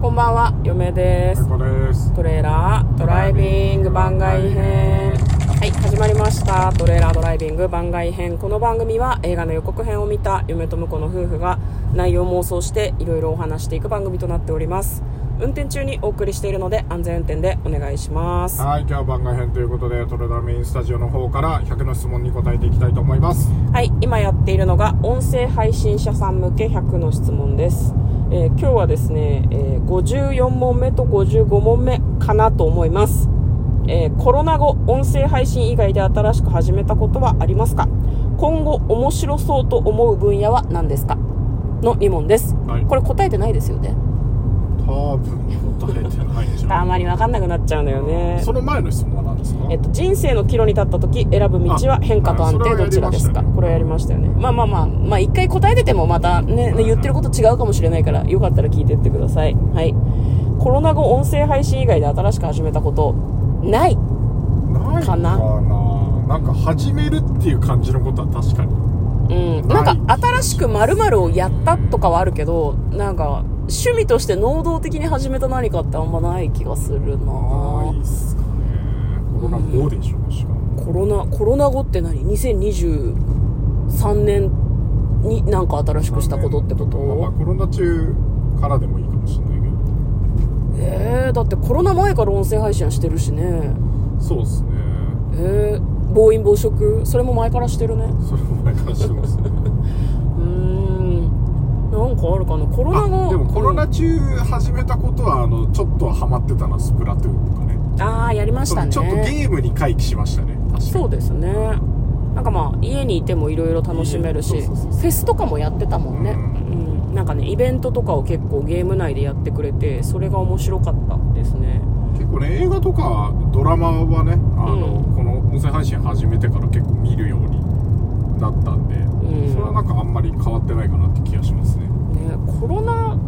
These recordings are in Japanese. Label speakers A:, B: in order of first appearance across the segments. A: こんばんは、嫁です。
B: こです。
A: トレーラードライビング番外編。はい、始まりました。トレーラードライビング番外編。この番組は映画の予告編を見た嫁と婿の夫婦が内容を妄想していろいろお話していく番組となっております。運転中にお送りしているので安全運転でお願いします。は
B: はい、今日は番外編ということで、トレダメインスタジオの方から100の質問に答えていきたいと思います。
A: い、今やっているのが音声配信者さん向け100の質問です。えー今日はですね、えー54問目と55問目かなと思います。えーコロナ後音声配信以外で新しく始めたことはありますか今後面白そうと思う分野は何ですかの2問です、
B: はい
A: これ答えてないですよね
B: 多分答えてないでし
A: あまり分かんなくなっちゃうんだよね
B: その前の質問は何ですか、
A: えっと、人生の岐路に立った時選ぶ道は変化と安
B: あ
A: 定
B: それはやりまし
A: ど
B: たね
A: ちらですかこれはやりましたよねまあまあまあまあ一回答えててもまたねね言ってること違うかもしれないからよかったら聞いてってくださいはいコロナ後音声配信以外で新しく始めたことない
B: ないかな
A: か
B: なんか始めるっていう感じのことは確かに。
A: うん、
B: な
A: ないんか新しく〇〇をやったとかはあるけどなんか趣味として能動的に始めた何かってあんまない気がするな
B: ないっすかね。コロナ後でしょ、しかも。
A: コロナコロナ後って何2023年になんか新しくしたことってこ
B: まあ、
A: と
B: コロナ中からでもいいかもしれないけど。
A: えー、だってコロナ前から音声配信はしてるしね
B: そうっすね。
A: えー、暴飲暴食それも前からしてるね
B: それも前からしてますね。
A: うーんなんかあるかなコロナ
B: あ
A: 後
B: でもコロ
A: う
B: ナ
A: ん
B: 中始めたことは、あの、ちょっとはハマってたな、スプラトゥーンとかね。
A: ああやりましたね
B: ちょっとゲームに回帰しましたね確かに
A: そうですねなんかまあ家にいてもいろいろ楽しめるし
B: いいねそうそうそうそう
A: フェスとかもやってたもんね、う
B: うん
A: なんかねイベントとかを結構ゲーム内でやってくれてそれが面白かったですね
B: 結構ね映画とかドラマはねあの、
A: う
B: この音声配信始めてから結構見るようになったんで、
A: ん
B: それはなんかあんまり変わってないかなって気がしますね
A: ねコロナ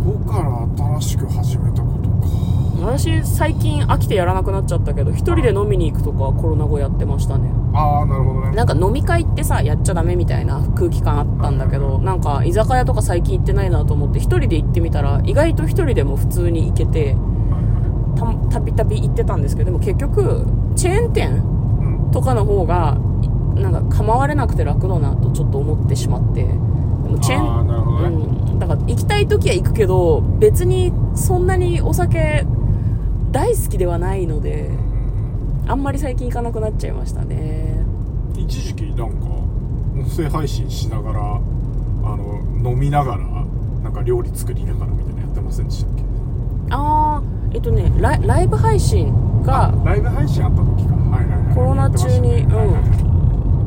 B: 5から新しく始めたことか
A: 私最近飽きてやらなくなっちゃったけど一人で飲みに行くとかコロナ後やってましたね
B: ああなるほどね
A: なんか飲み会ってさやっちゃダメみたいな空気感あったんだけどなんか居酒屋とか最近行ってないなと思って一人で行ってみたら意外と一人でも普通に行けて
B: はいは
A: たたびたび行ってたんですけどでも結局チェーン店
B: いうん
A: とかの方がいなんか構われなくて楽だなとちょっと思ってしまってでもチェ
B: あ
A: ー
B: あ
A: ン
B: なるほどね、
A: うん、だから行きたい時は行くけど別にそんなにお酒大好きではないのであんまり最近行かなくなっちゃいましたね
B: 一時期なんか音声配信しながらあの飲みながらなんか料理作りながらみたいなのやってませんでしたっけ
A: ああえっとねライライブ配信が
B: ライブ配信あった時か、はいはいはい、
A: コロナ中に
B: やってましたね
A: う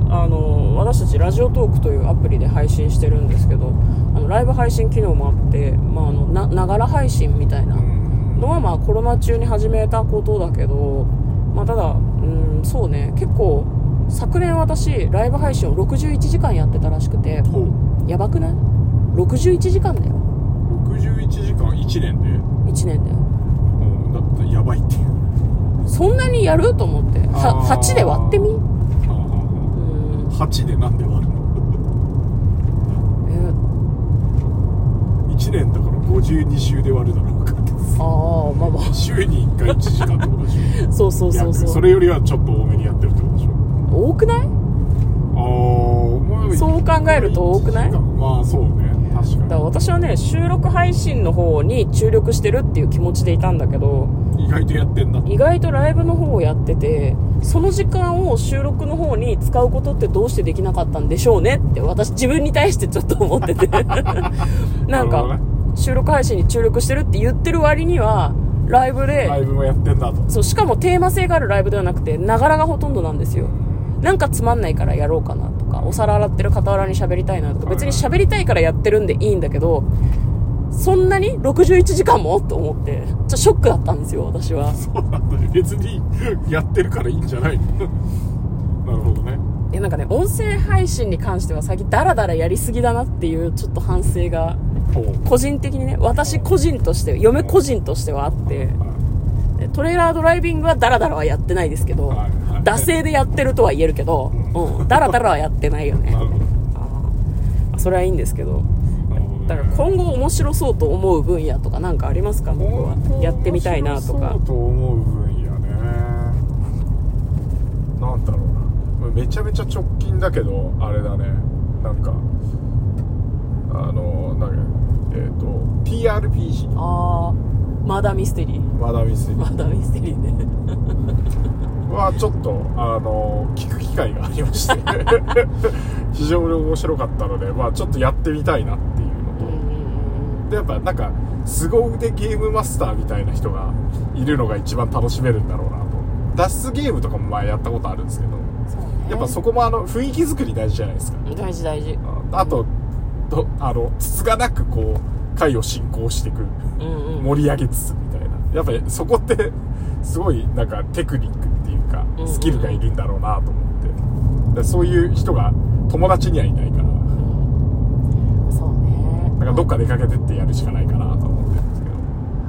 A: んあの私たちラジオトークというアプリで配信してるんですけどあのライブ配信機能もあってまああのなながら配信みたいなのはまあコロナ中に始めたことだけど、まあ、ただうんそうね結構昨年私ライブ配信を61時間やってたらしくて
B: ほう
A: やばくない ?61 時間だよ
B: 61時間1年
A: 1
B: で
A: 年で
B: うんだったらやばいっていう
A: そんなにやると思っては
B: あー
A: 8で割ってみうーん
B: 8でなんで割るの
A: えー
B: 1年だから52週で割るだろうか
A: ああまあま
B: 週に1回1時間ってことでしょ
A: あそうそうそう
B: 約
A: そ
B: そうれよりはちょっと多めにやってるってことでしょ
A: 多くない
B: ああお前
A: そう考えると多くない
B: まあそうね確
A: だから
B: か
A: 私はね収録配信の方に注力してるっていう気持ちでいたんだけど
B: に意外とやってんな
A: 意外とライブの方をやっててその時間を収録の方に使うことってどうしてできなかったんでしょうねって私自分に対してちょっと思 っててなん
B: なるほど
A: か
B: ね
A: 収録配信に注力してるって言ってる割にはライブ
B: ライ
A: で
B: ブもやってんだと
A: そうしかもテーマ性があるライブではなくてながらがほとんどなんですよなんかつまんないからやろうかなとかお皿洗ってる傍らに喋りたいなとか別に喋りたいからやってるんでいいんだけどそんなに61時間もと思ってちょっとショックだったんですよ私は
B: そうなんだね別にやってるからいいんじゃないのなるほどね
A: いやなんかね音声配信に関しては最近ダラダラやりすぎだなっていうちょっと反省が
B: ほう
A: 個人的にね私個人として嫁個人としてはあってでトレーラードライビングはダラダラはやってないですけど
B: はいはい
A: 惰性でやってるとは言えるけど、
B: う
A: うん、ダラダラはやってないよね
B: なるほど
A: あーそれはいいんですけど
B: なるほどね
A: だから今後面白そうと思う分野とか何かありますか僕はやってみたいなと
B: 面白
A: か
B: そうと思う分野ねなんだろうなめちゃめちゃ直近だけどあれだねなんかあのなんかえっ、と TRPG
A: ああまだミステリー
B: マダミスリ
A: まだミステリーね
B: はちょっとあの聞く機会がありまして非常に面白かったのでまあちょっとやってみたいなっていう
A: う
B: の
A: んうんうん
B: とでやっぱなんか凄腕ゲームマスターみたいな人がいるのが一番楽しめるんだろうなと脱出ゲームとかも前やったことあるんですけど
A: そうね
B: やっぱそこもあの雰囲気作り大事じゃないですか
A: 大事大事
B: ああととあのつつがなくこう回を進行していく
A: うんうん
B: 盛り上げつつみたいなやっぱりそこって すごいなんかテクニックっていうか
A: うんうん
B: スキルがいるんだろうなと思ってだからそういう人が友達にはいないから
A: そうね
B: なんかどっか出かけてってやるしかないかなと思ってるんですけど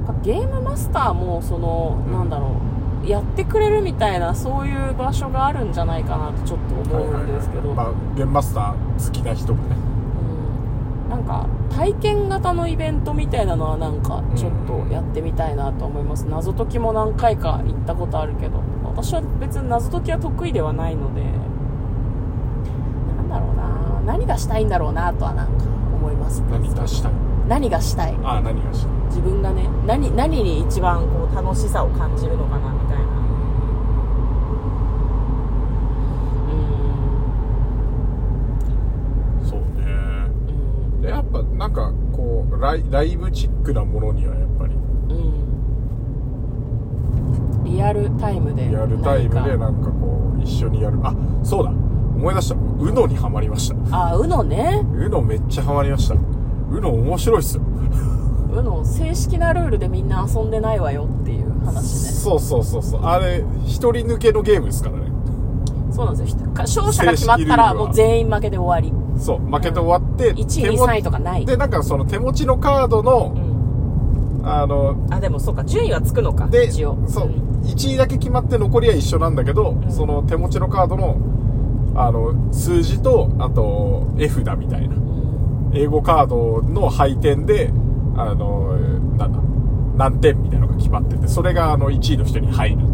A: なんかゲームマスターもその、
B: うん
A: なんだろうやってくれるみたいなそういう場所があるんじゃないかなとちょっと思うんですけど、
B: まあ、ゲームマスター好きな人もね
A: うん、なんか体験型のイベントみたいなのはなんかちょっとやってみたいなと思います、謎解きも何回か行ったことあるけど私は別に謎解きは得意ではないのでなんだろうな何がしたいんだろうなとはなんか思いますね
B: 何出したい
A: 何がしたい
B: ああ何がしたい
A: 自分がね何何に一番こう楽しさを感じるのかなみたいなうん
B: そうね
A: うん
B: でやっぱなんかこうライライブチックなものにはやっぱり
A: うんリアルタイムで
B: リアルタイムで
A: なんか
B: なんかこう一緒にやるあそうだ思い出した UNO にはまりました
A: あうのね
B: UNO めっちゃハマりました UNO 面白いっすよ
A: うの正式なルールでみんな遊んでないわよっていう話ね
B: そうそうそうそうあれ一人抜けのゲームですからね
A: そうなんですよひか勝者が決まったら
B: 正式ルールは
A: もう全員負けで終わ
B: そう負けて終わって
A: り1
B: 手
A: 位2
B: も
A: 3位とかない、
B: でなんかその手持ちのカード
A: う
B: の
A: ん、
B: あの
A: あでもそうか順位はつくのか
B: で
A: 一応
B: そうん1位だけ決まって残りは一緒なんだけど、
A: ん
B: その手持ちのカードのあの数字とあと絵札みたいな英語カードの配点で、あの、なんだ、何点みたいなのが決まってて、それがあの1位の人に入るっていう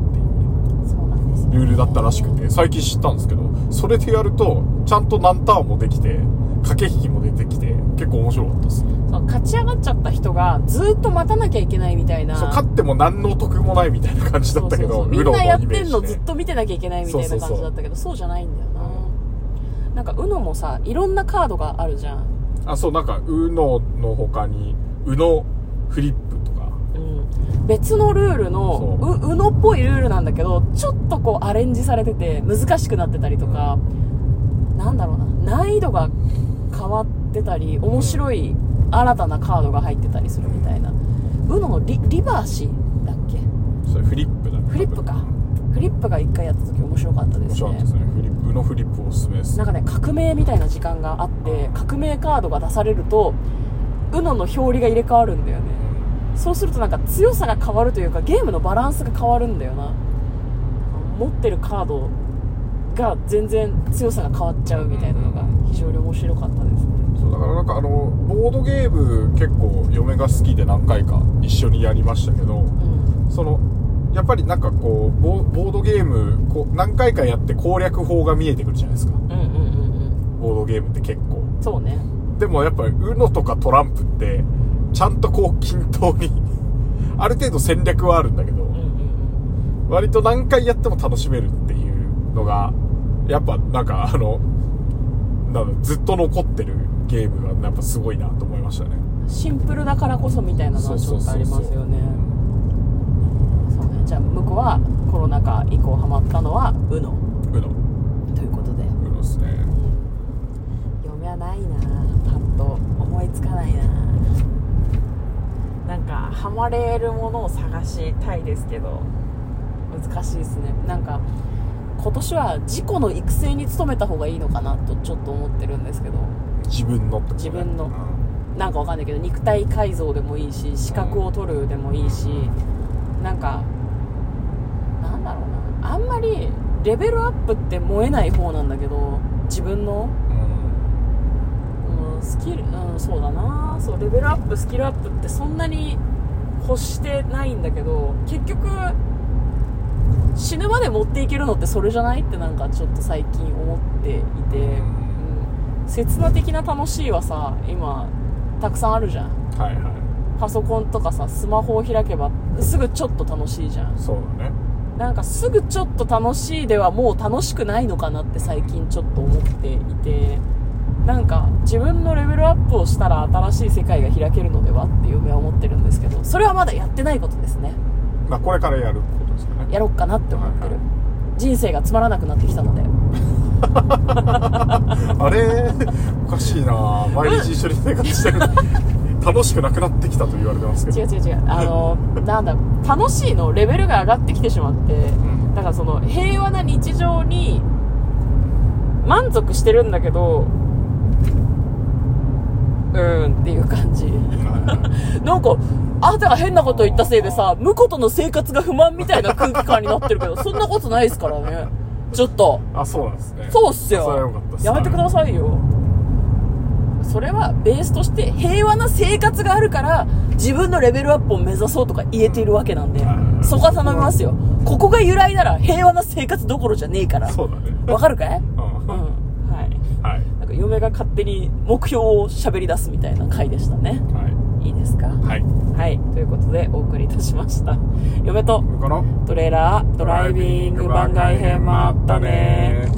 A: そうなんです
B: ルールだったらしくて、最近知ったんですけど、それでやると、ちゃんと何ターンもできて、駆け引きも出てきて、結構面白かったです。
A: そう勝ち上がっちゃった人がずーっと待たなきゃいけないみたいな
B: そう、勝っても何の得もないみたいな感じだったけ
A: そう
B: ど、
A: そうそうみんなやってんの
B: ウロ
A: ずっ
B: イメージ
A: と見てなきゃいけないみたいな感じだったけどそうじゃないんだよななんか UNO もさいろんなカードがあるじゃん
B: であ、そう、なんか、ウノの他に、ウノフリップとか、
A: うん別のルールの
B: そう
A: ううのっぽいルールなんだけどちょっとこうアレンジされてて難しくなってたりとか、なんだろうな難易度が変わってたり面白い新たなカードが入ってたりするみたいな UNO のリリバーシだっけ
B: それフリップだね
A: フリップかフリップが一回やった時面白かったで
B: 面
A: す
B: 白かっ
A: ね
B: たですね。フリップ、ウノフリップおすすめです
A: な。んかね革命みたいな時間があって革命カードが出されると UNO の表裏が入れ替わるんだよねそうするとなんか強さが変わるというかゲームのバランスが変わるんだよな持ってるカードが全然強さが変わっちゃうみたいなのが非常に面白かったですね
B: そうだからなんかあのボードゲーム結構嫁が好きで何回か一緒にやりましたけど
A: うん
B: そのやっぱりなんかこうボボードゲームこう何回かやって攻略法が見えてくるじゃないですか
A: うんうんうん
B: ボードゲームって結構
A: うんそうね
B: でもやっぱり UNO とかトランプってちゃんとこう均等に ある程度戦略はあるんだけど
A: うんうん
B: 割と何回やっても楽しめるっていうのがやっぱなんかあのなんだずっと残ってるゲームがやっぱすごいなと思いましたね
A: うんシンプルだからこそみたいなのはちょっとありますよねそうねじゃあ向こうはコロナ禍以降ハマったのは UNO
B: うの
A: ということで
B: うのですね
A: 嫁はないなパッと思いつかないななんかハマれるものを探したいですけど難しいですねなんか今年は自己の育成に努めた方がいいのかなとちょっと思ってるんですけど
B: 自分のってことね
A: 自分の
B: うん
A: なんかわかんないけど肉体改造でもいいし資格を取るでもいいしなんかなんだろうなあんまりレベルアップって燃えない方なんだけど自分の
B: うん
A: ううんスキルうんそうだなそうレベルアップスキルアップってそんなに欲してないんだけど結局死ぬまで持っていけるのってそれじゃないってなんかちょっと最近思っていて、うん、刹那的な楽しいはさ今たくさんあるじゃん
B: はいは
A: パソコンとかさスマホを開けばすぐちょっと楽しいじゃん
B: いそうだね
A: なんかすぐちょっと楽しいではもう楽しくないのかなって最近ちょっと思っていてなんか自分のレベルアップをしたら新しい世界が開けるのではっていう夢は思ってるんですけどそれはまだやってないことですね
B: まあこれからやることですかね
A: やろっかなって思ってる
B: はいは
A: 人生がつまらなくなってきたので
B: あれおかしいな毎日一緒に生活 してる楽しくなくなってきたと言われてますけど
A: 違う違う 違うあのなんだ楽しいのレベルが上がってきてしまって
B: ん
A: だからその平和な日常に満足してるんだけどうーんっていう感じ
B: はいはい
A: なんか、あなたが変なこと言ったせいでさ、婿との生活が不満みたいな空気感になってるけど、そんなことないですからね。ちょっと。
B: あそうなんですね
A: そうっすよ。
B: それは良かったっす
A: やめてくださいよ。それはベースとして平和な生活があるから、自分のレベルアップを目指そうとか言えているわけなんで
B: う、ん
A: そこは頼みますよ。ここが由来なら平和な生活どころじゃねえから。
B: そうだね
A: わかるかいうん。
B: うんは
A: はい。
B: い
A: なんか嫁が勝手に目標を喋り出すみたいな回でしたね。
B: はい
A: いいですか
B: はい
A: はい、ということでお送りいたしました。嫁と
B: この
A: トレーラードライビング番外編もあったね